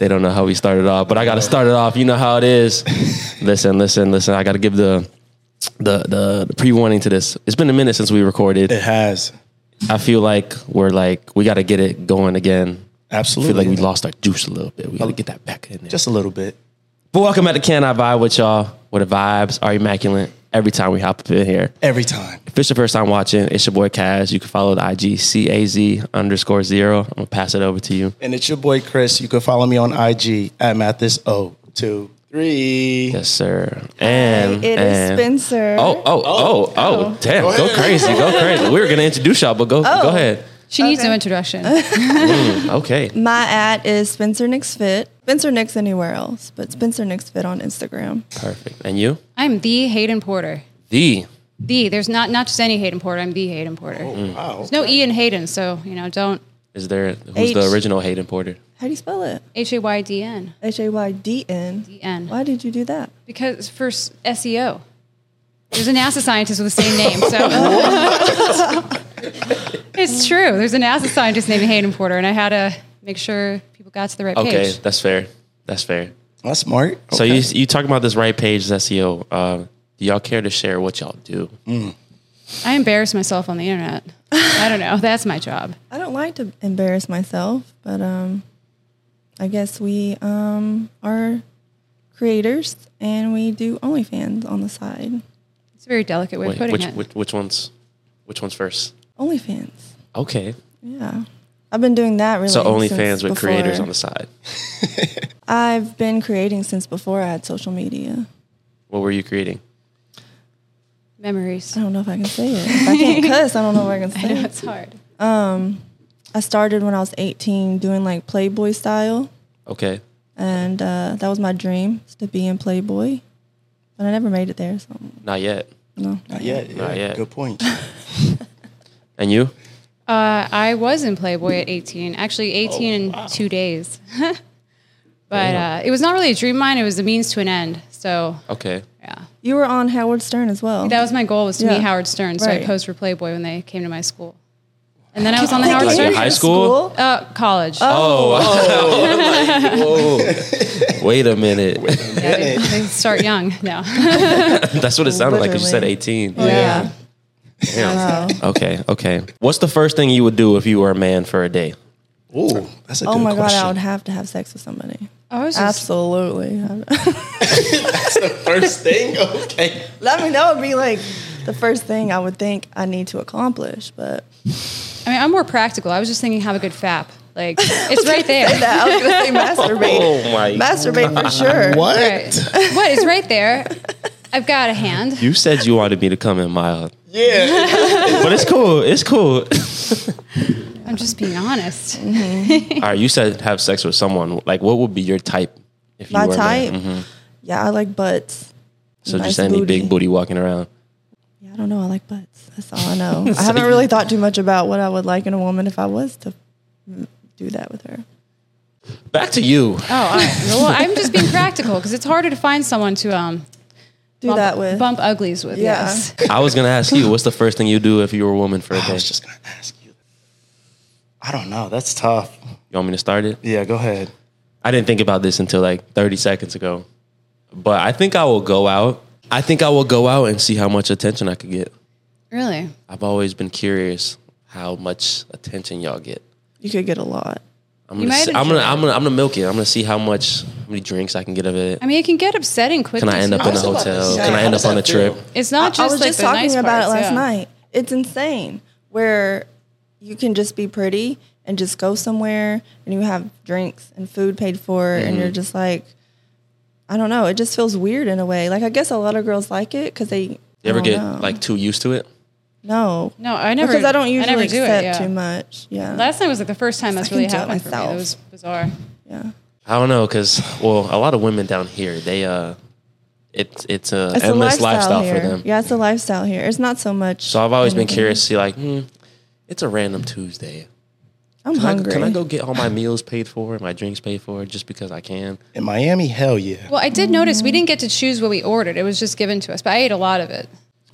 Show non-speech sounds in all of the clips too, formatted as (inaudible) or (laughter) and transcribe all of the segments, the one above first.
don't know how we started off, but I got to start it off. You know how it is. (laughs) listen, listen, listen. I got to give the the the, the pre warning to this. It's been a minute since we recorded. It has. I feel like we're like we got to get it going again. I Absolutely. feel like we lost our juice a little bit. We got to get that back in there. Just a little bit. but welcome back to Can I Vibe with y'all? Where the vibes are immaculate every time we hop up in here. Every time. If it's your first time watching, it's your boy Kaz. You can follow the IG C A Z underscore zero. I'm gonna pass it over to you. And it's your boy Chris. You can follow me on IG at Mathis O two three. Yes, sir. And It is and- Spencer. Oh, oh, oh, oh, damn. Go, crazy. (laughs) Go crazy. We were going to introduce y'all, but go Oh. go ahead. She needs no introduction. Okay. My at is Spencer Nix Fit. Spencer Nix anywhere else, but Spencer Nix Fit on Instagram. Perfect. And you? I'm the Hayden Porter. The. The there's not not just any Hayden Porter. I'm the Hayden Porter. Wow. Oh. There's no E in Hayden, so you know don't Is there, who's H. the original Hayden Porter? How do you spell it? H A Y D N H A Y D N. D N Why did you do that? because for s- SEO. There's a NASA scientist with the same name, so it's true. There's a NASA scientist named Hayden Porter, and I had to make sure people got to the right Okay, page. that's fair. That's fair. That's smart. So you you talking about this right page SEO? Uh, do y'all care to share what y'all do? I embarrassed myself on the internet. I don't know. That's my job. I don't like to embarrass myself, but um, I guess we um are creators and we do OnlyFans on the side. It's a very delicate way of Wait, putting which, it. which which ones? Which one's first? OnlyFans. Okay. Yeah. I've been doing that really So only since fans with before. creators on the side. I've been creating since before I had social media. What were you creating? (laughs) Memories. I don't know if I can say it. If I (laughs) can't cuss, I don't know if I can I know say it. it's hard. I started when I was 18 doing like Playboy style, Okay. and uh, that was my dream is to be in Playboy, but I never made it there. So Not yet. no. Not yet. Yeah, Not yet. Good point. And you? Uh, I was in Playboy at 18, actually 18 in two days. (laughs) but uh, it was not really a dream of mine. It was a means to an end. So Okay. yeah, You were on Howard Stern as well. that was my goal was to Yeah. meet Howard Stern. So Right. I posed for Playboy when they came to my school. And then I was on the Howard Like in Stern. high Oh, school? Uh, college. (laughs) Wait a minute. Yeah, they, they start young. (laughs) (laughs) No, That's what it sounded like 'cause you said 18. Literally. Oh, Yeah. Uh, Wow. Okay, okay. What's the first thing you would do if you were a man for a day? Ooh, that's a Oh good my god, question. I would have to have sex with somebody. I was just, Absolutely. (laughs) First thing, (laughs) okay. I mean, that would be like the first thing I would think I need to accomplish, but (laughs) I mean, I'm more practical. I was just thinking, have a good fap. (laughs) Like it's right there. that I was (laughs) (laughs) Oh gonna say masturbate. my! Masturbate for sure. What? Right. what is right there? I've got a hand. You said you wanted me to come in mild, Yeah. but it's cool. It's cool. I'm just being honest. All right, you said have sex with someone. Like, what would be your type? If My were a man? Mm, type. Yeah, I like butts. So nice just any booty. big booty walking around. Yeah, I don't know. I like butts. That's all I know. (laughs) I haven't really thought too much about what I would like in a woman if I was to mm, do that with her. Back to you. Oh, all (laughs) right. well, I'm just being practical because it's harder to find someone to um Do bump, that with. bump uglies with. Yeah. (laughs) Yes, I was gonna ask you, what's the first thing you do if you were a woman for a I day? was just gonna ask you. I don't know. That's tough. You want me to start it? Yeah. Go ahead. I didn't think about this until like 30 seconds ago, but I think I will go out. I think I will go out and see how much attention I could get. really. I've always been curious how much attention y'all get. You could get a lot. I'm You gonna, might see, I'm, gonna, enjoy I'm gonna I'm gonna milk it. I'm gonna see how much how many drinks I can get of it. I mean, it can get upsetting quickly. Can I end up in a was about to hotel? say, Can I how end does up on that a trip? feel? It's not just I was like just the talking nice about it parts, last yeah. night. It's insane where you can just be pretty and just go somewhere and you have drinks and food paid for Mm-hmm. and you're just like, I don't know. It just feels weird in a way. Like I guess a lot of girls like it because they. You ever I don't get know. like too used to it? no No, I never because I don't usually never do accept it, yeah. too much. Yeah, Last night was like the first time that's I can really do it happened for me. myself. It was bizarre. yeah. I don't know, cause well, a lot of women down here, they uh, it's it's a It's endless a lifestyle, lifestyle, here. for them. Yeah, it's a lifestyle here. It's not so much. So I've always been anything. curious to see like, hmm, it's a random Tuesday. I'm Can I, hungry. can I go get all my meals paid for, my drinks paid for, just because I can? In Miami, hell yeah. Well, I did notice we didn't get to choose what we ordered. It was just given to us, but I ate a lot of it.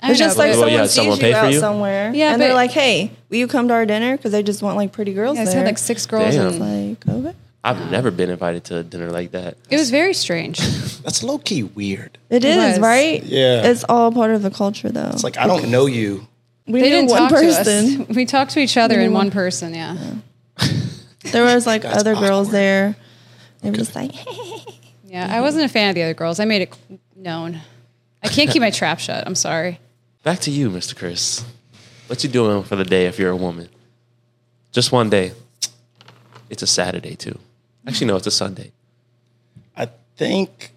I It's don't just know, like but- Well, Oh, someone yeah, sees someone you pay for out you? somewhere, Yeah, and they're but- like, "Hey, will you come to our dinner?" Because they just want like pretty girls yeah, I there. had like six girls Damn. and Like, okay. I've never been invited to a dinner like that. It was very (laughs) strange. That's low key weird. It is was. right. Yeah. it's all part of the culture, though. It's like I don't know you. we They knew didn't one talk person. (laughs) to us. We talked to each other and one person. Yeah. There was like other girls there. They were just like, Yeah. I wasn't a fan of the other girls. I made it known. I can't (laughs) keep my trap shut. I'm sorry. Back to you, Mr. Chris. What you doing for the day if you're a woman? Just one day. It's a Saturday too. Actually, no, it's a Sunday. I think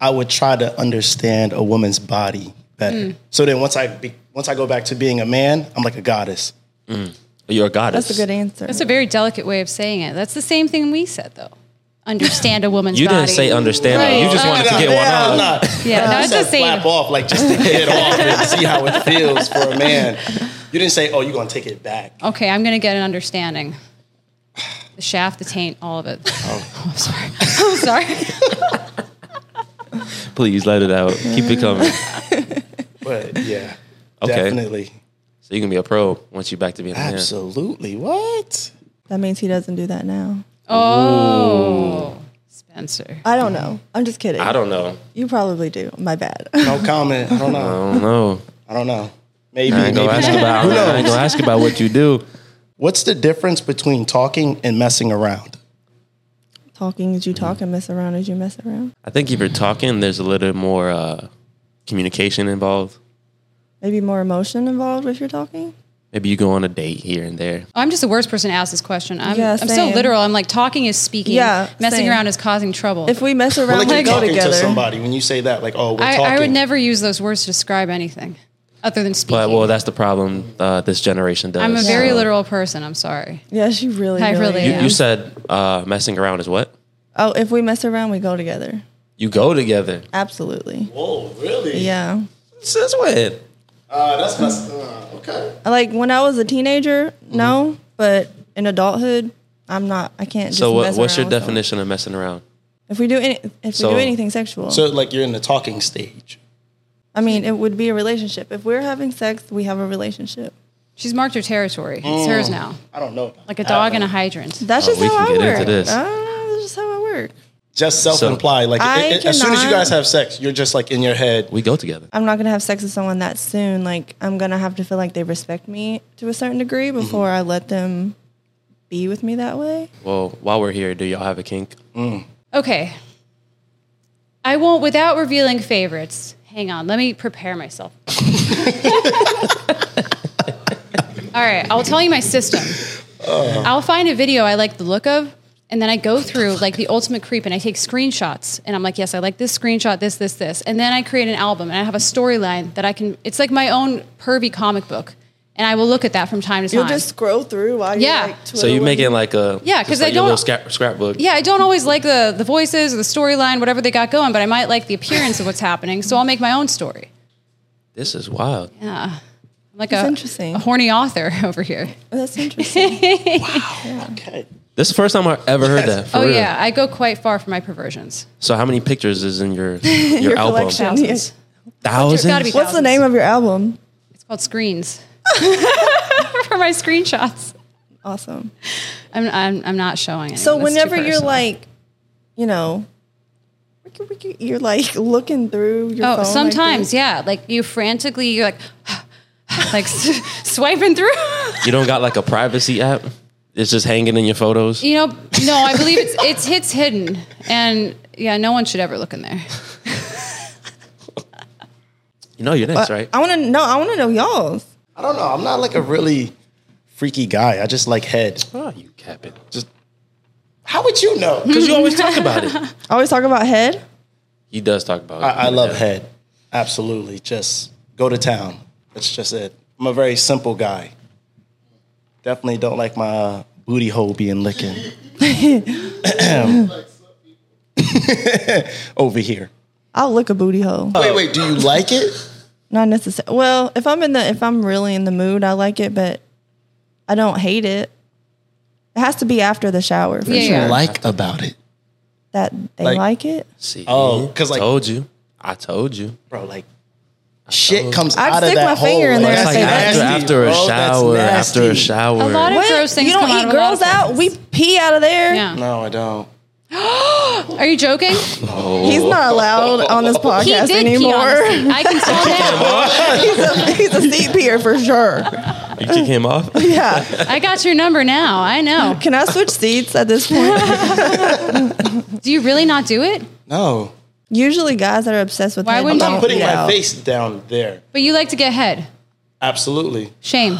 I would try to understand a woman's body better. Hmm. So then once I be, once I go back to being a man, I'm like a goddess. You're a goddess. "That's a good answer." That's a very delicate way of saying it. That's the same thing we said though. Understand a woman's (laughs) You body. didn't say understand. You just Right. wanted to get Yeah, one I'm not. out. I Yeah, no, it's said the same. flap off, like just take it off and see how it feels for a man. You didn't say, "Oh, you're gonna take it back." (laughs) Okay, I'm gonna get an understanding. The shaft, the taint, all of it. (sighs) Oh, (laughs) I'm sorry. I'm sorry. Please let it out. Keep it coming. But yeah, Okay. definitely, So you can be a pro once you're back to being a man. absolutely. What? that means he doesn't do that now. Oh, Spencer. I don't know. I'm just kidding. I don't know. You probably do. My bad. (laughs) No comment. I don't I know. don't know. I don't know. Maybe. I ain't maybe gonna ask not. about. I ain't gonna ask about what you do. What's the difference between talking and messing around? Talking as you talk Mm-hmm. and mess around as you mess around. I think if you're talking, there's a little more uh, communication involved. Maybe more emotion involved if you're talking. Maybe you go on a date here and there. Oh, I'm just the worst person to ask this question. I'm, Yeah, I'm so same. literal. I'm like talking is speaking. Yeah, messing same. around is causing trouble. If we mess around, Like we you're go talking together. to somebody when you say that, like, "Oh, we're I, talking." I would never use those words to describe anything other than speaking. But well, that's the problem uh, this generation does. I'm a very So- literal person. I'm sorry. Yeah, she really. I really really You, is. am. you said uh, messing around is what Oh, if we mess around, we go together. you go together. Absolutely. Oh, really? Yeah. Since when? Uh, that's messed. Uh, okay. Like when I was a teenager, Mm-hmm. no, but in adulthood, I'm not. I can't. Just So what, mess what's your around with someone. definition of messing around? If we do any, if So- we do anything sexual, So, like, you're in the talking stage. I mean, it would be a relationship. If we're having sex, we have a relationship. She's marked her territory. It's hers now. I don't know. Like a Uh, dog and a hydrant. That's Oh, just we how can I get work. into this. I don't know. That's just how I work. Just self-implied. Like, I it, it- as soon as you cannot- guys have sex, you're just like in your head. We go together. I'm not gonna have sex with someone that soon. Like I'm gonna have to feel like they respect me to a certain degree Mm-hmm. before I let them be with me that way. Well, while we're here, do y'all have a kink? Okay. I won't, without revealing favorites, hang on, let me prepare (laughs) myself. All right, I'll tell you my system. Uh. I'll find a video I like the look of, and then I go through like the ultimate creep and I take screenshots and I'm like, yes, I like this screenshot, this, this, this. And then I create an album and I have a storyline that I can, it's like my own pervy comic book. And I will look at that from time to time. You'll just scroll through while you're Yeah. like So you twiddling. making like a Yeah, just 'cause like I your don't- little scrap, scrapbook. yeah, I don't always like the the voices or the storyline, whatever they got going, but I might like the appearance of what's happening, so I'll make my own story. This is wild. Yeah. I'm like That's a, interesting. a horny author (laughs) over here. Oh, that's interesting. Okay. This is the first time I ever heard that. For oh real. yeah, I go quite far for my perversions. So how many pictures is in (laughs) your your, album? collection. Thousands. Thousands. Gotta be- What's the name of your album? It's called screens. (laughs) for my screenshots. Awesome. I'm I'm, I'm not showing it. So whenever you're like, you know, wiki, wiki, you're like looking through your phone. Oh, like sometimes, this. yeah. Like you frantically you're like (sighs) like s- (laughs) swiping through. You don't got like a privacy app. It's just hanging in your photos. You know, no, I believe it's it's hits hidden. And yeah, no one should ever look in there. You know you're next, right? I want to know. I want to know y'all's. I don't know. I'm not like a really freaky guy. I just like head. Oh, you capping. Just how would you know? Because You always talk about (laughs) it. I always talk about head. He does talk about it. I, I love head. Absolutely. Just go to town. That's just it. I'm a very simple guy. Definitely don't like my uh, booty hole being licking. (laughs) Over here. I'll lick a booty hole. Wait, wait. Do you like (laughs) it? Not necessarily. Well, if I'm in the if I'm really in the mood, I like it, but I don't hate it. It has to be after the shower for Yeah, sure. yeah. Like about it, That they Like- like it. See, Oh, 'cause, like- told you, I told you. bro. Like shit comes I'd out of stick that my hole. finger in there It's and like say after, Nasty, after a bro. That's shower, after a nasty. shower. A lot of gross things you don't come out eat of a lot of girls out. We places. pee out of there. Yeah. No, I don't. Are you joking? He's not allowed (laughs) on this He podcast did pee on anymore. the seat. I can tell (laughs) now. he's, a, he's a seat peer for sure. You kick him off? (laughs) Yeah. I got your number now. (laughs) I know. Can I switch seats at this (laughs) point? Do you really not do it? No. Usually, guys that are obsessed with Why him wouldn't don't you- I'm putting eat my out. face down there. But you like to get head. Absolutely. (gasps) Shame.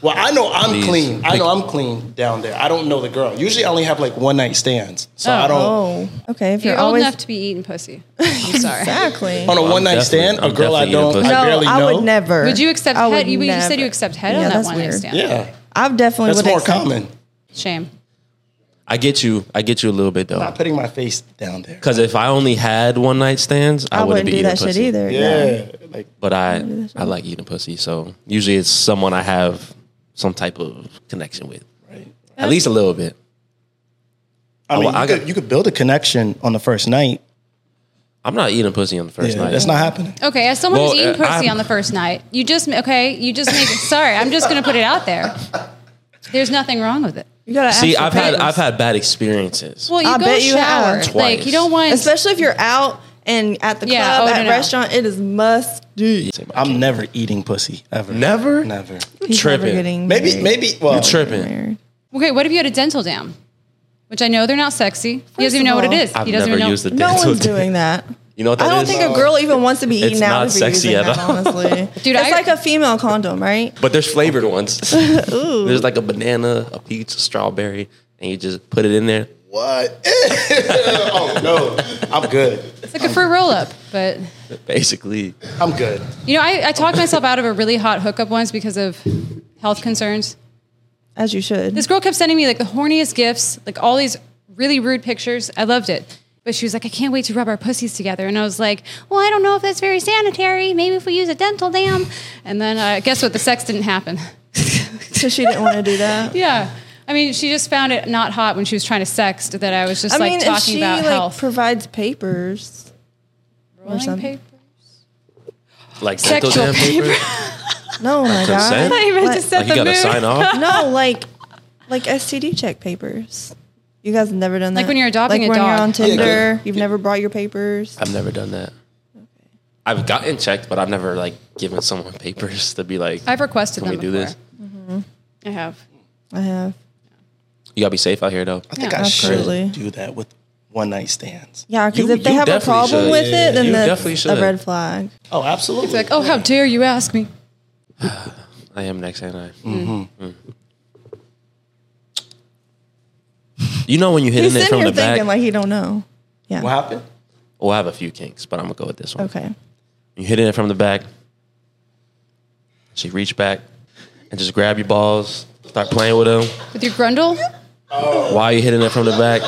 Well, I know I'm Please. clean. I Like- know I'm clean down there. I don't know the girl. Usually, I only have like one night stands, so I don't. Oh, okay. If You're, you're, old always enough to be (laughs) eating pussy. I'm sorry. exactly. On a one night definitely- stand, a I'm girl I definitely eating don't, pussy. I oh. No, barely I know. would never. Would you accept I would head? You, you said never. you accept head Yeah, on that that's one night weird. stand. Yeah, I've definitely that's would more accept- common. Shame. I get you. I get you a little bit though. Not putting my face down there. Because if I only had one night stands, I, I wouldn't, wouldn't be do eating that pussy. shit either. Yeah, like But I, I like eating pussy. So usually it's someone I have some type of connection with, right. at least a little bit. I mean, Oh, well, I you, got- could, you could build a connection on the first night. I'm not eating pussy on the first Yeah, night. that's not happening. Okay, as someone Well, who's eating uh, pussy I'm- on the first night, you just ma- okay, you just make sorry, I'm just gonna put it out there. There's nothing wrong with it. You gotta ask See, your I've had parents. I've had bad experiences. Well, you I go bet you shower. have. Like you don't want especially if you're out and at the Yeah, club, oh, at no, no. restaurant. It is must do. I'm never eating pussy ever. Never? never. He's never Tripping. getting Maybe, married. maybe. Well, You're tripping. Married. Okay, what if you had a dental dam? Which I know they're not sexy. he of doesn't even know what all, it is. I've he doesn't never even know. used a No dental one's dam. doing that. You know what that I is? don't think a girl even wants to be It's eaten out. not if you're sexy using at that, all. (laughs) honestly. Dude, it's I- like a female condom, right? But there's flavored ones. There's like a banana, a peach, a strawberry, and you just put it in there. what? (laughs) oh no, I'm good. It's like a fruit roll up, but Basically, I'm good. you know, I, I talked myself out of a really hot hookup once because of health concerns. As you should. This girl kept sending me like the horniest gifts, like all these really rude pictures. I loved it. But she was like, I can't wait to rub our pussies together. And I was like, well, I don't know if that's very sanitary. Maybe if we use a dental dam. And then uh, guess what? The sex didn't happen. so she didn't want to do that. yeah. I mean, she just found it not hot when she was trying to sext that I was (laughs) just I like mean, if talking she about like health. provides papers, Rolling something. paper. (laughs) like Sexual dental dam paper. no, my Consent? God, I meant to What? set Like you (laughs) the gotta mood. sign (laughs) off. no, like like STD check papers. You guys never done that. Like when you're adopting like a when dog. you're on Yeah, Tinder, good. you've never brought your papers. I've never done that. I've gotten checked, but I've never like given someone (laughs) papers to be like. I've requested Can them we do before. this? I have. I have. You gotta be safe out here though. I think Yeah, I should absolutely. do that with one night stands. Yeah, because You- if they you have a definitely problem should. with it, then You definitely that's should. a red flag. Oh, absolutely. It's like, oh, how dare you ask me? I am next, ain't I? Mm. You know when you hit He's in it sitting from here the thinking back. like he don't know. Yeah. what happened? well, I have a few kinks, but I'm gonna go with this one. Okay. You hit it from the back. She reached back and just grab your balls, start playing with them. With your grundle? Why are you hitting it from the back?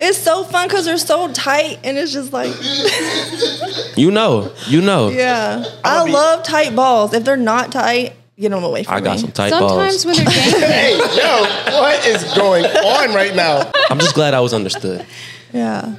It's so fun because they're so tight, and it's just like, You know, you know. yeah. I be- love tight balls. If they're not tight, get them away from I got me. some tight Sometimes balls. when they're dangling, Hey, yo, what is going on right now? (laughs) I'm just glad I was understood. Yeah.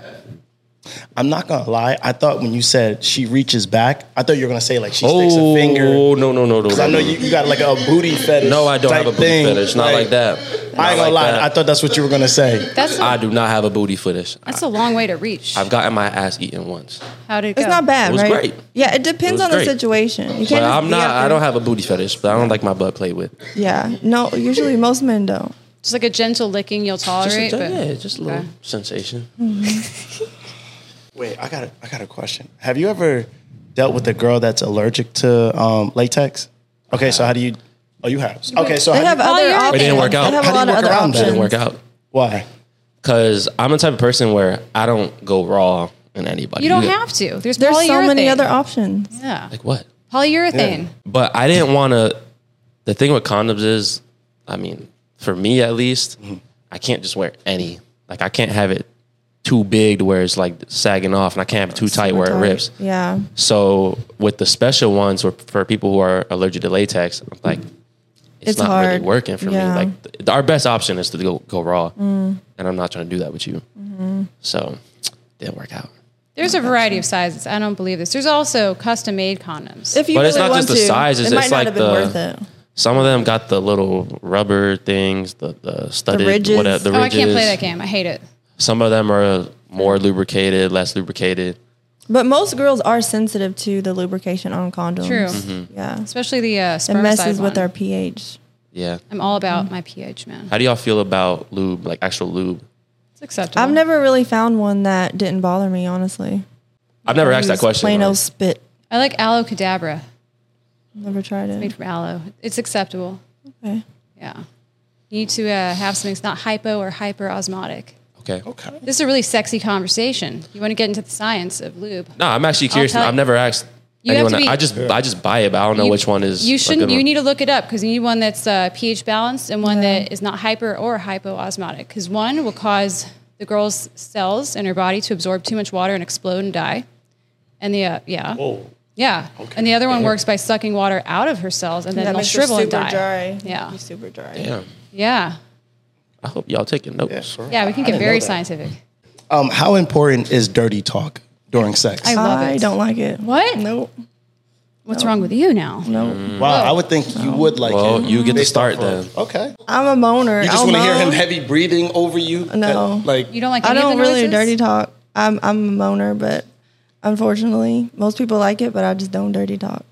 I'm not gonna lie. I thought when you said she reaches back, I thought you were gonna say like she (laughs) sticks Oh a finger. no no no no! no, 'Cause I know no. you, you got like a booty fetish. No, I don't type have a booty thing. fetish. Not like, that. I ain't Not gonna like lie. that. I thought that's what you were gonna say. that's a, I do not have a booty fetish. that's a long way to reach. I've gotten my ass eaten once, how did it It's go? not bad, It was right? great. Yeah, it depends was on the great. situation. You can't. but just I'm be not. out I there. don't have a booty fetish, but I don't like my butt played with. Yeah. No. Usually, most men don't. Just like a gentle licking you'll Just tolerate. a, but yeah, just a little Okay. sensation. Wait, I got a, I got a question. Have you ever dealt with a girl that's allergic to um, latex? Okay, so how do you? Oh, you have. Okay, so They how have do you, other you're- options. It didn't work out. They have How a do you lot of work other around that? options. Didn't work out why? because I'm the type of person where I don't go raw in anybody. You don't get- have to. There's, There's polyurethane. so many other options. Yeah. like what? Polyurethane. But I didn't want to. The thing with condoms is, I mean, for me at least, I can't just wear any. Like I can't have it too big to where it's like sagging off, and I can't have it too tight where it rips. Yeah. So with the special ones or for people who are allergic to latex, I'm like it's, It's not hard. really working for Yeah. me. Mm. Like th- our best option is to Mm-hmm. go go raw, and I'm not trying to do that with you. So didn't work out. There's a variety of sizes. I don't believe this. There's also custom made condoms. If you But really it's not want just the to, sizes, it might it's not like have been the- worth it. Some of them got the little rubber things, the, the studded, ridges. whatever, the oh, ridges. I can't play that game. I hate it. Some of them are more lubricated, less lubricated. But most girls are sensitive to the lubrication on condoms. True. Mm-hmm. Yeah. Especially the uh, It spermicide messes with one. our Mm. pH. Yeah. I'm all about my pH, man. How do y'all feel about lube, like actual lube? It's acceptable. I've never really found one that didn't bother me, honestly. I've never asked that Just question. Plain like, old spit. I like aloe cadabra Never tried made it. from aloe. It's acceptable. Okay. Yeah. You need to uh, have something that's not hypo or hyper osmotic. okay. Okay. This is a really sexy conversation. You want to get into the science of lube. No, I'm actually curious. tell- I've never asked You have anyone. to that- be- I just I just buy it, but I don't know You- which one is. a You good shouldn't. You one. need to look it up because you need one that's uh, pH balanced and one Yeah. that is not hyper or hypoosmotic. Because one will cause the girl's cells in her body to absorb too much water and explode and die. And the uh, yeah, Oh, yeah. And the other one works by sucking water out of her cells and then That they'll makes her shrivel super and die. dry. Yeah, Be super dry. Damn. yeah, I hope y'all taking notes. yeah, sure. yeah. We can I get didn't very know that. scientific. Um, how important is dirty talk during sex? I love I it. don't like it. What? Nope. What's wrong with you now? No. Mm. wow, I would think you would like Well, it. you get to Based start off of- then. Okay. I'm a moaner. You just I'll want to hear him moan. heavy breathing over you? No. That, like You don't like. I Any don't of the really noises? dirty talk. I'm I'm a moaner, but unfortunately, most people like it, but I just don't dirty talk.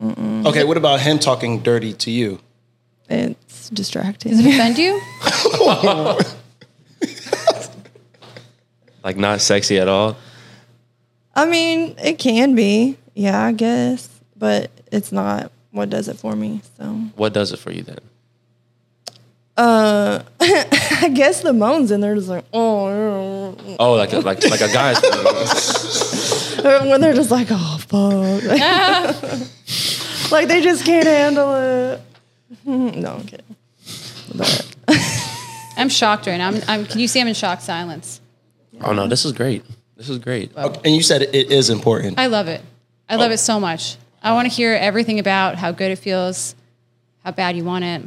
Okay, what about him talking dirty to you? It's distracting. (laughs) Offend you? Like not sexy at all. I mean, it can be. Yeah, I guess, but it's not what does it for me. So What does it for you then? I guess the moans in there just like oh, Oh, like a, like like a (laughs) guy's. or when they're just like oh fuck, like they just can't handle it. (laughs) no, I'm kidding. But I'm shocked right now. I'm, I'm, can you see I'm in shocked silence? oh no, this is great. This is great. Okay, and you said it is important. I love it. I Oh. love it so much. I want to hear everything about how good it feels, how bad you want it.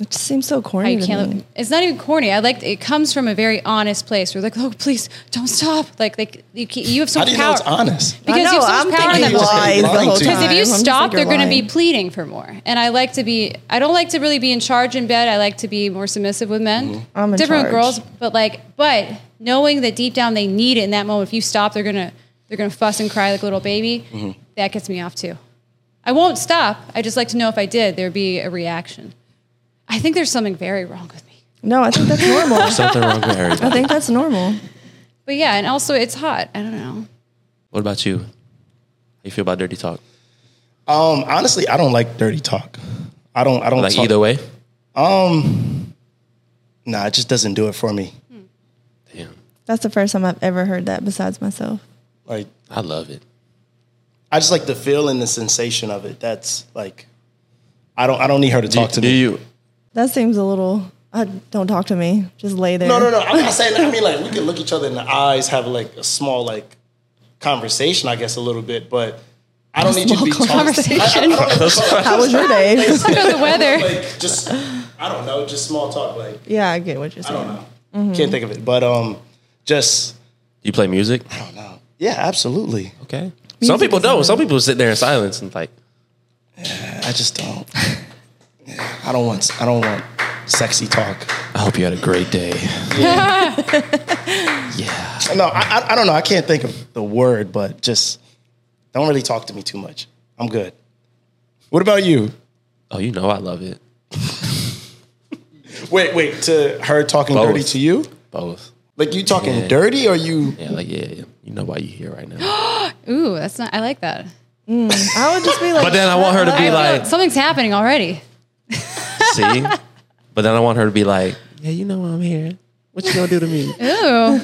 it just seems so how corny. you To me. can't. It's not even corny. I like it comes from a very honest place. We're like, oh, please don't stop. Like, like you, can, you have so How much do you power. know it's honest? Because you have so much power in thinking that moment. lies the Lying whole to you. time. Because if I'm you just stop, like, they're you're going to be lying. pleading for more. And I like to be, I don't like to really be in charge in bed. I like to be more submissive with men. I'm in Different charge. girls, but like, but knowing that deep down they need it in that moment. If you stop, they're going to, they're going to fuss and cry like a little baby. Mm-hmm. That gets me off too. I won't stop. I just like to know if I did, there'd be a reaction. I think there's something very wrong with me. No, I think that's normal. I Something wrong with everybody. think that's normal. But yeah, and also it's hot. I don't know. What about you? How you feel about dirty talk? Um, honestly, I don't like dirty talk. I don't. I don't Like talk- Um, either way. Nah, it just doesn't do it for me. Damn, That's the first time I've ever heard that besides myself. Like I love it. I just like the feel and the sensation of it. That's like, I don't. I don't need her to talk to do me. you? That seems a little. I don't talk to me. Just lay there. No, no, no. I'm not saying that. I mean, like, we can look each other in the eyes, have like a small like conversation, I guess, a little bit, but I don't need you to be small talking. I- I Conversation. don't know, How was your day? Talk about the weather. like, just I don't know, just small talk. Like, yeah, I get what you're I don't saying. know. Can't think of it, but um, just Do you play music? I don't know. Yeah, absolutely. Okay. Some people is don't. Some people sit there in silence and like. I just don't. Yeah, I don't want. I don't want sexy talk. I hope you had a great day. No, I, I, I don't know. I can't think of the word, but just don't really talk to me too much. I'm good. What about you? Oh, you know I love it. Wait, wait. To her talking Both. dirty to you? Both. Like you talking Yeah. dirty or you? Yeah, like yeah, yeah. You know why you're here right now. Ooh, that's not, I like that. I would (laughs) just be like. But then I want her to be like, Something's happening already. see. But then I want her to be like, yeah, you know why I'm here. What you gonna do to me? Ooh, (laughs) nah.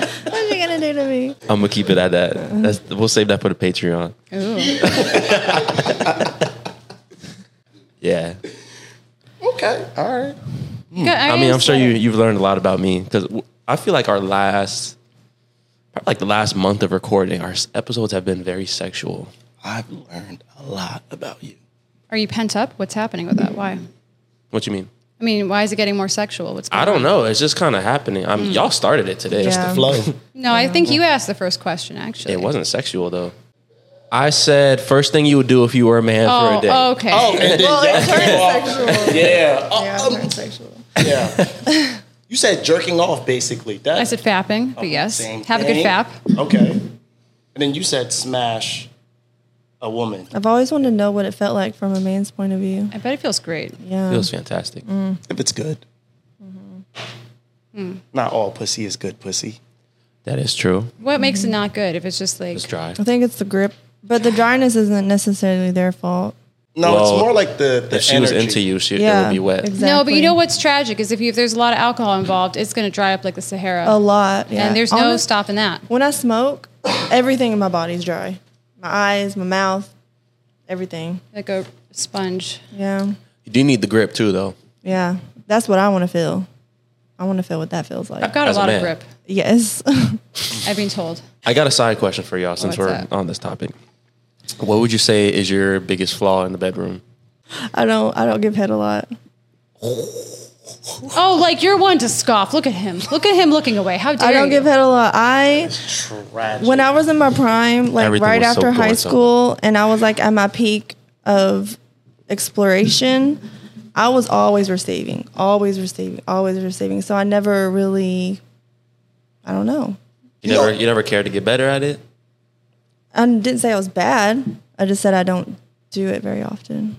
what are you gonna do to (laughs) me? I'm gonna keep it at that. That's, we'll save that for the Patreon. Ooh. (laughs) Yeah. Okay, all right. Hmm. I mean, I'm sure you you've learned a lot about me because I feel like our last, probably like the last month of recording, our s- episodes have been very sexual. I've learned a lot about you. Are you pent up? What's happening with that? Why? What you mean? I mean, why is it getting more sexual? What's going I don't on? know. It's just kind of happening. I mean, y'all started it today. Just the Yeah. Flow. No, I think you asked the first question actually. It wasn't sexual though. I said first thing you would do if you were a man for Oh, a day. okay. Oh, and then (laughs) Well, y'all it jerked turned off. (laughs) sexual. Yeah. Oh, Yeah, it turned sexual. yeah. You said jerking off basically. That, I said fapping, Oh, but yes, Same have a good thing. fap. Okay. And then you said smash a woman. I've always wanted to know what it felt like from a man's point of view. I bet it feels great. Yeah. Feels fantastic. If it's good. Mm. Not all pussy is good pussy. That is true. What makes it Mm-hmm. not good if it's just like It's dry. I think it's the grip, but the dryness isn't necessarily their fault. No, Well, it's more like the, the If she was energy. into you, she it Yeah, would be wet. exactly. no? But you know what's tragic is if, you, if there's a lot of alcohol involved, it's going to dry up like the Sahara, A lot. Oh, Yeah. and there's no Honest- stopping that. When I smoke, everything in my body's dry. My eyes, my mouth, everything. Like a sponge. Yeah. You do need the grip too, though. Yeah. That's what I want to feel. I want to feel what that feels I've (laughs) like. got As a a lot of man. grip. Yes. (laughs) I've been told. I got a side question for y'all since What's we're that? on this topic. What would you say is your biggest flaw in the bedroom? I don't I don't give head a lot. Oh, like you're one to scoff. Look at him. Look at him looking away. How dare I don't you? give head a lot. I Tragic. when I was in my prime, like Everything right was so after high gorgeous. school, and I was like at my peak of exploration, I was always receiving, always receiving, always receiving. So I never really, I don't know. You never, you never cared to get better at it. I didn't say I was bad. I just said I don't do it very often.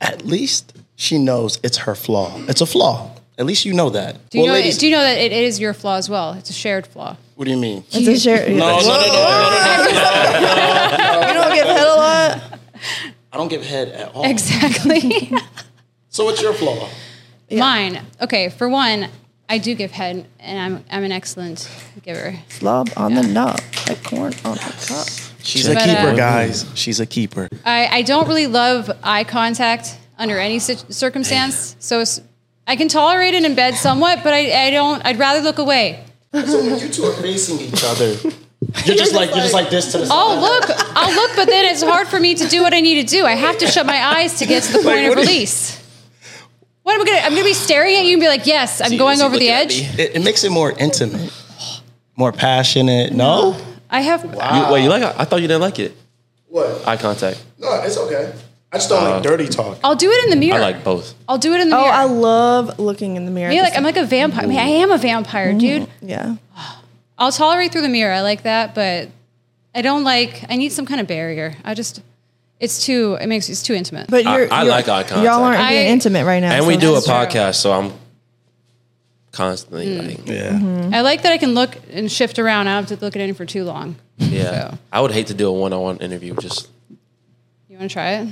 At least she knows it's her flaw. It's a flaw. At least you know that. Do you well, know? ladies, do you know that it is your flaw as well? It's a (laughs) shared flaw. what do you mean? It's a share. No, no, no, no, no, no, no. You don't get head a lot. I don't give head at all. (laughs) Exactly. So what's your flaw? Mine. Okay. For one, I do give head, and I'm I'm an excellent giver. Slob on the knob, like corn on the top. She's a But, keeper, uh, guys. She's a keeper. I, I don't really love eye contact under any cir- circumstance. So it's, I can tolerate it in bed somewhat, but I, I don't. I'd rather look away. So when you two are facing each other, you're just like you're just like this to the side. Oh look, I'll look, but then it's hard for me to do what I need to do. I have to shut my eyes to get to the point of what is- release. What am I gonna? I'm gonna be staring at you and be like, "Yes, I'm going over the edge." It, it makes it more intimate, more passionate. No, I have. You, wait, you like? I thought you didn't like it. Uh, what? Eye contact. No, it's okay. I just don't like dirty talk. I'll do it in the mirror. I like both. I'll do it in the Oh, mirror. I love looking in the mirror. Yeah, like I'm like a vampire. I, mean, I am a vampire, dude. yeah. I'll tolerate through the mirror. I like that, but I don't like. I need some kind of barrier. I just, it's too. It makes it's too intimate. But I- you're, I you're- like eye contact. Y'all aren't being I- intimate right now. And we so do a that's- true. podcast, so I'm constantly Mm. like, Yeah, I like that I can look and shift around. I don't have to look at it for too long. yeah. So. I would hate to do a one-on-one interview. Just You want to try it?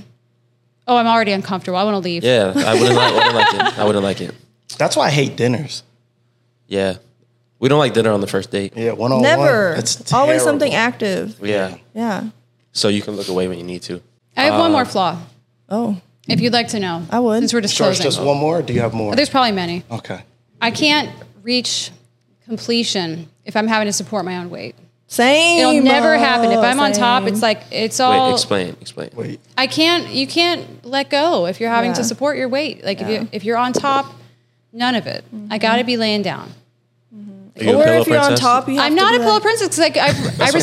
Oh, I'm already uncomfortable. I want to leave. yeah, I wouldn't, like, wouldn't like it. I wouldn't like it. that's why I hate dinners. Yeah, we don't like dinner on the first date. Yeah, one on Never. One, it's Always terrible. something active. Yeah, Yeah. so you can look away when you need to. I have Uh, one more flaw. Oh, If you'd like to know, I would. Since we're just Sure, it's closing, just one more. Or do you have more? there's probably many. Okay. I can't reach completion if I'm having to support my own weight. same. It'll never happen. If Oh, I'm on top, same. it's like it's Wait, all explain, explain. Wait. I can't. You can't let go if you're having Yeah. to support your weight. Like if you if you're on top, none of it. I got to be laying down. Are you a or pillow if you're on princess? top, you have I'm to not be a pillow like- princess. 'cause, Like I, I what it sounds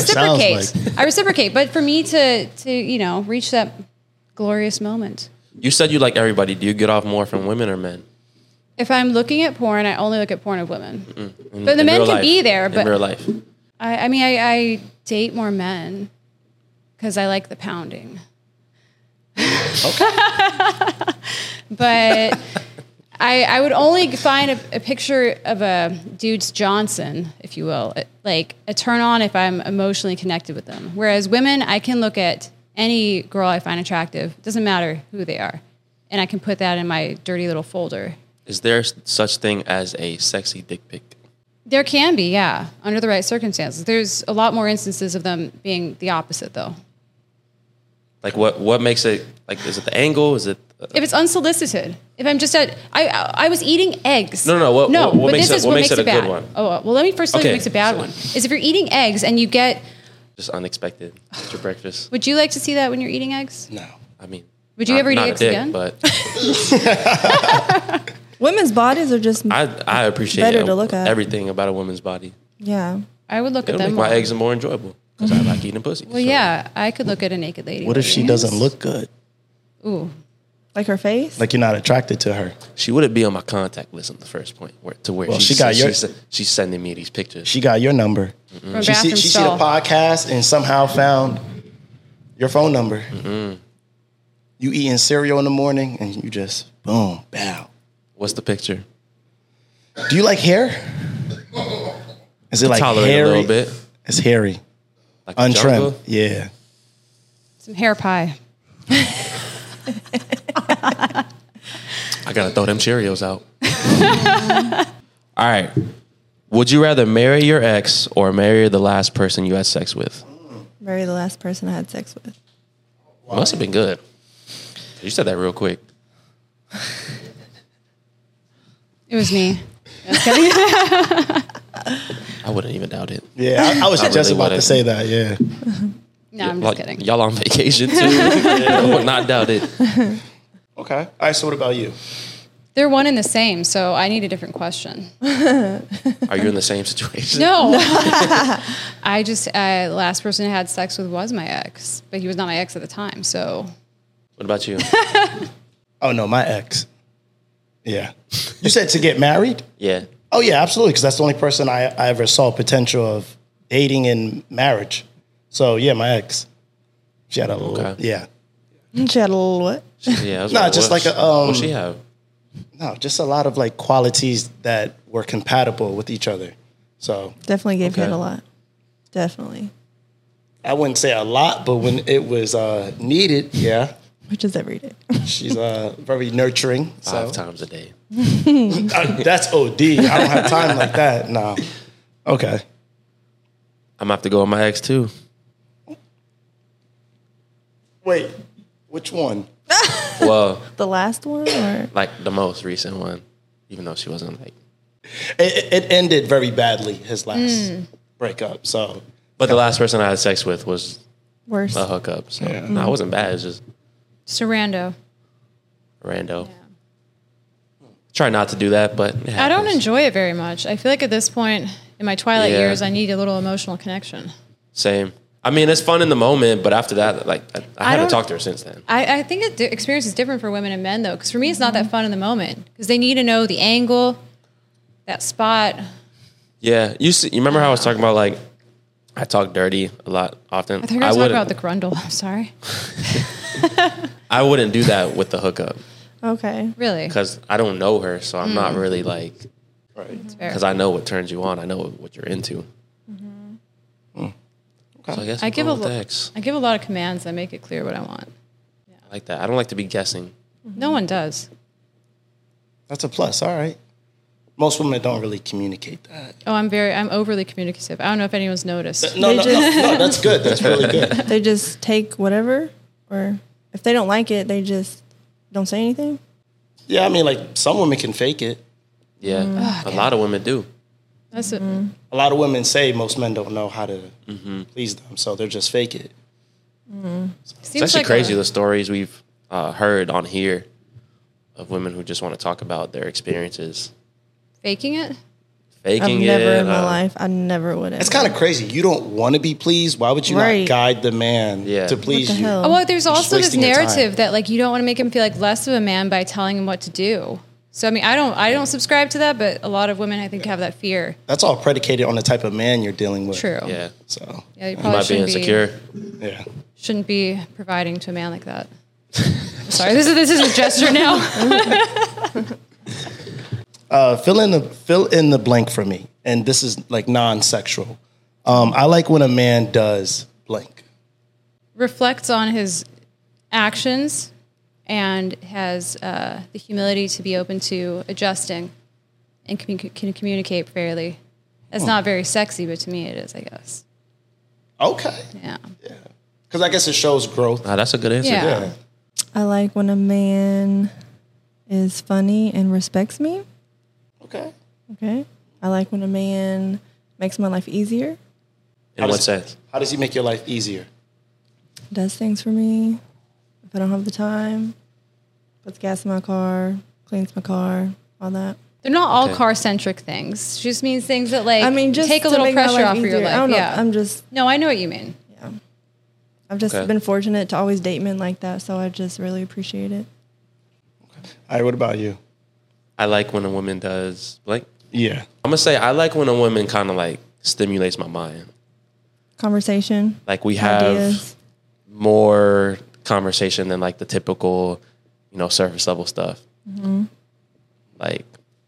reciprocate. I reciprocate. But for me to to you know reach that glorious moment, You said you like everybody. Do you get off more from women or men? if I'm looking at porn, I only look at porn of women. In- But the Mm-hmm. in men real can life. be there, in real but life, I, I mean, I, I date more men because I like the pounding. (laughs) but I, I would only find a, a picture of a dude's Johnson, if you will, like a turn on if I'm emotionally connected with them. Whereas women, I can look at any girl I find attractive, doesn't matter who they are, and I can put that in my dirty little folder. is there s- such thing as a sexy dick pic? There can be, yeah, under the right circumstances. There's a lot more instances of them being the opposite, though. Like what? What makes it? Like is it the angle? Is it? uh, If it's unsolicited, if I'm just at, I, I was eating eggs. No, no, what- no. what- what but makes this it- is what makes it a good bad one? Oh well, let me first tell you Okay, what makes a bad so- one. Is if you're eating eggs and you get, just unexpected at your breakfast. would you like to see that when you're eating eggs? No. I mean, Would you not- ever eat not a eggs dick, again? But Women's bodies are just I I appreciate Better a- to look at. everything about a woman's body. yeah. I would look at It'll them. make my more. eggs more enjoyable because I like eating pussy. Well, yeah, I could look at a naked lady. What if she yes. doesn't look good? Ooh, Like her face. Like you're not attracted to her. she wouldn't be on my contact list in the first point. Where, to where Well, she's, she got your- she's, she's sending me these pictures. She got your number. from a She see, bathroom she see the stall. podcast and somehow found your phone number. You eating cereal in the morning and you just boom bow. What's the picture? Do you like (laughs) hair? Is it like Tolerate hairy? a little bit. It's hairy, Like a untrimmed. jungle? Yeah. Some hair pie. I gotta throw them Cheerios out. (laughs) All right. Would you rather marry your ex or marry the last person you had sex with? Marry the last person I had sex with. Must have been good. You said that real quick. It was me. I wouldn't even doubt it. Yeah, I, I was I just really about to wouldn't. say that. Yeah, No, I'm just Like, kidding. Y'all on vacation (laughs) too? I would not doubt it. Okay. All right. So what about you? They're one and the same, so I need a (laughs) different question. Are you in the same situation? No, (laughs) I just uh, last person I had sex with was my ex, but he was not my ex at the time. So What about you? Oh no, my ex. Yeah. You said to get married? Yeah. Oh yeah, absolutely. Because that's the only person I, I ever saw potential of dating and marriage. So yeah, my ex. She had a little. Okay. Yeah. She had a little what? Yeah. I was No, just what- like a, um, What she have? No, just a lot of like qualities that were compatible with each other. So Definitely gave Okay. head a lot. Definitely, I wouldn't say a lot, but when it was uh, needed, yeah, which is every day. (laughs) she's uh, very nurturing. So Five times a day. Uh, that's OD. I don't have time like that. No. Okay. I'm gonna have to go with my ex too. Wait, which one? Well, the last one, or like the most recent one, even though she wasn't like It, it ended very badly, his last breakup. So, But the last person I had sex with was worse. a hookup. So no, it wasn't bad. It was just Sarando. rando. Try not to do that, but it I don't happens. enjoy it very much. I feel like at this point in my twilight Yeah. years, I need a little emotional connection. Same. I mean, it's fun in the moment, but after that, like I, I haven't don't- talked to her since then. I, I think it, the experience is different for women and men though, because for me, it's not that fun in the moment because they need to know the angle, that spot. Yeah, you see, you remember how I was talking about like I talk dirty a lot often. I think I was talking wouldn't. about the grundle. (laughs) I'm sorry. (laughs) I wouldn't do that with the hookup Okay, Really? because I don't know her, so I'm not Mm. really like right. because I know what turns you on. I know what you're into. So I guess Mm-hmm. I I'm give a going with lo- X. I give a lot of commands that make it clear what I want. I like that. I don't like to be guessing. No one does. That's a plus. All right. Most women don't really communicate that. Oh, I'm very, I'm overly communicative. I don't know if anyone's noticed. No, no, They no, just- no, that's good. That's really good. they just take whatever, or if they don't like it, they just don't say anything. Yeah, I mean, like some women can fake it. Yeah, Mm. Oh, a lot of women do. That's it. A lot of women say most men don't know how to please them, so they're just fake it. Seems It's actually like crazy a- the stories we've uh, heard on here of women who just want to talk about their experiences, faking it. faking I've it. never in my uh, life. I never would have. It's kind of crazy. You don't want to be pleased. Why would you Right. not guide the man Yeah. to What the please you? hell? Oh, well, there's You're just also this wasting your time. narrative that like you don't want to make him feel like less of a man by telling him what to do. So I mean, I don't, I don't subscribe to that, but a lot of women I think have that fear. That's all predicated on the type of man you're dealing with. True. Yeah, So, Yeah, you you probably might be shouldn't be, insecure. yeah. shouldn't be providing to a man like that. I'm sorry, this is this is a gesture now. Uh, fill in the fill in the blank for me, and this is like non-sexual. Um, I like when a man does blank. Reflects on his actions and has uh, the humility to be open to adjusting and commu- can communicate fairly. That's not very sexy, but to me it is, I guess. Okay, Yeah. because I guess it shows growth. Ah, that's a good answer. Yeah. Yeah, I like when a man is funny and respects me. okay. Okay. I like when a man makes my life easier, In what does- sense? How does he make your life easier? does things for me. If I don't have the time, puts gas in my car, cleans my car, on that. They're not all Okay. car centric things. She just means things that like I mean, just take a to little make my pressure life off of your easier. life. I don't know. Yeah. I'm just no, I know what you mean. I've just Okay. been fortunate to always date men like that, so I just really appreciate it. All right, what about you? I like when a woman does like Yeah. I'm gonna say I like when a woman kind of like stimulates my mind. Conversation, Like we have ideas. more conversation than like the typical, you know, surface level stuff. Like,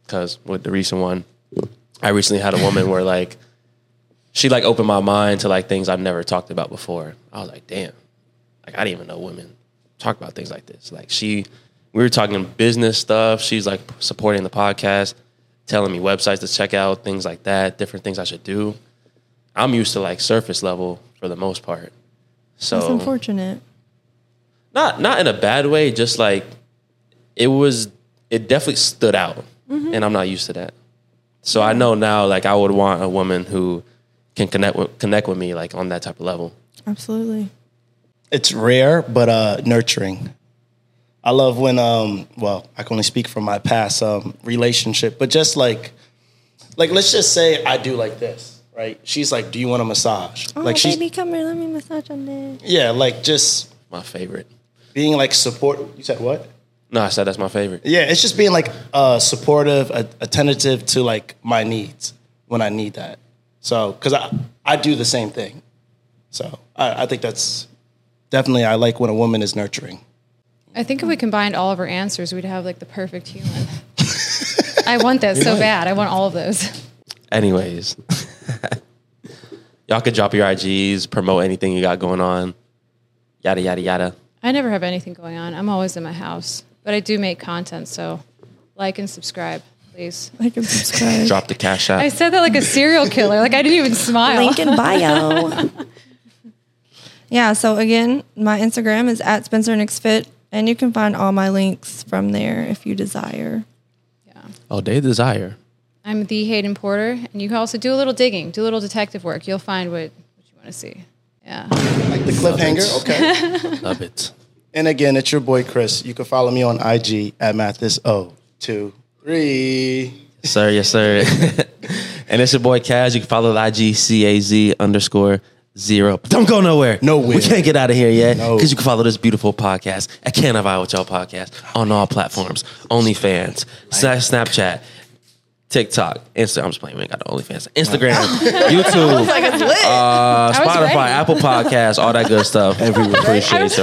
cause with the recent one, I recently had a woman where like she like opened my mind to like things I've never talked about before. I was like, damn, like I didn't even know women talk about things like this. Like she, we were talking business stuff. She's like supporting the podcast, telling me websites to check out, things like that, different things I should do. I'm used to like surface level for the most part. So That's unfortunate. not not in a bad way just like it was it definitely stood out and i'm not used to that so i know now like i would want a woman who can connect with, connect with me like on that type of level Absolutely. It's rare, but uh, nurturing. I love when, um, well, I can only speak from my past um, relationship, but just like, like let's just say I do like this, right? She's like, "Do you want a massage?" Oh, like she's baby, come here. Let me massage on this. yeah, like just my favorite being like support. You said what? no i said that's my favorite Yeah, it's just being like uh, supportive, a- attentive to like my needs when I need that. So, because I I do the same thing. So I, I think that's definitely I like when a woman is nurturing. I think if we combined all of our answers, we'd have like the perfect human. I want that so bad. I want all of those. (laughs) anyways y'all could drop your ig's promote anything you got going on yada yada yada I never have anything going on. I'm always in my house, but I do make content. So like and subscribe, please. I can (laughs) subscribe. drop the cash app I said that like a serial killer. Like I didn't even smile. Link (laughs) in bio. yeah. So again, my Instagram is at Spencer Nix Fit, and you can find all my links from there if you desire. oh they desire I'm the Hayden Porter, and you can also do a little digging, do a little detective work. You'll find what, what you want to see. Yeah. Like the cliffhanger, okay. love it (laughs) and again, it's your boy Chris. You can follow me on IG at Mathis O two three. sir. Yes, sir. (laughs) and it's your boy Kaz. You can follow the IG C A Z underscore zero. But don't go nowhere. Nowhere. We can't get out of here yet. No. Because you can follow this beautiful podcast at Can I Vibe with Y'all podcast on all platforms. OnlyFans, Sna- Snapchat, TikTok, Instagram. I'm just playing. We ain't got the OnlyFans. Instagram, YouTube, uh, ready. Spotify, Apple Podcasts, all that good stuff. Everywhere. Appreciate I was, y'all.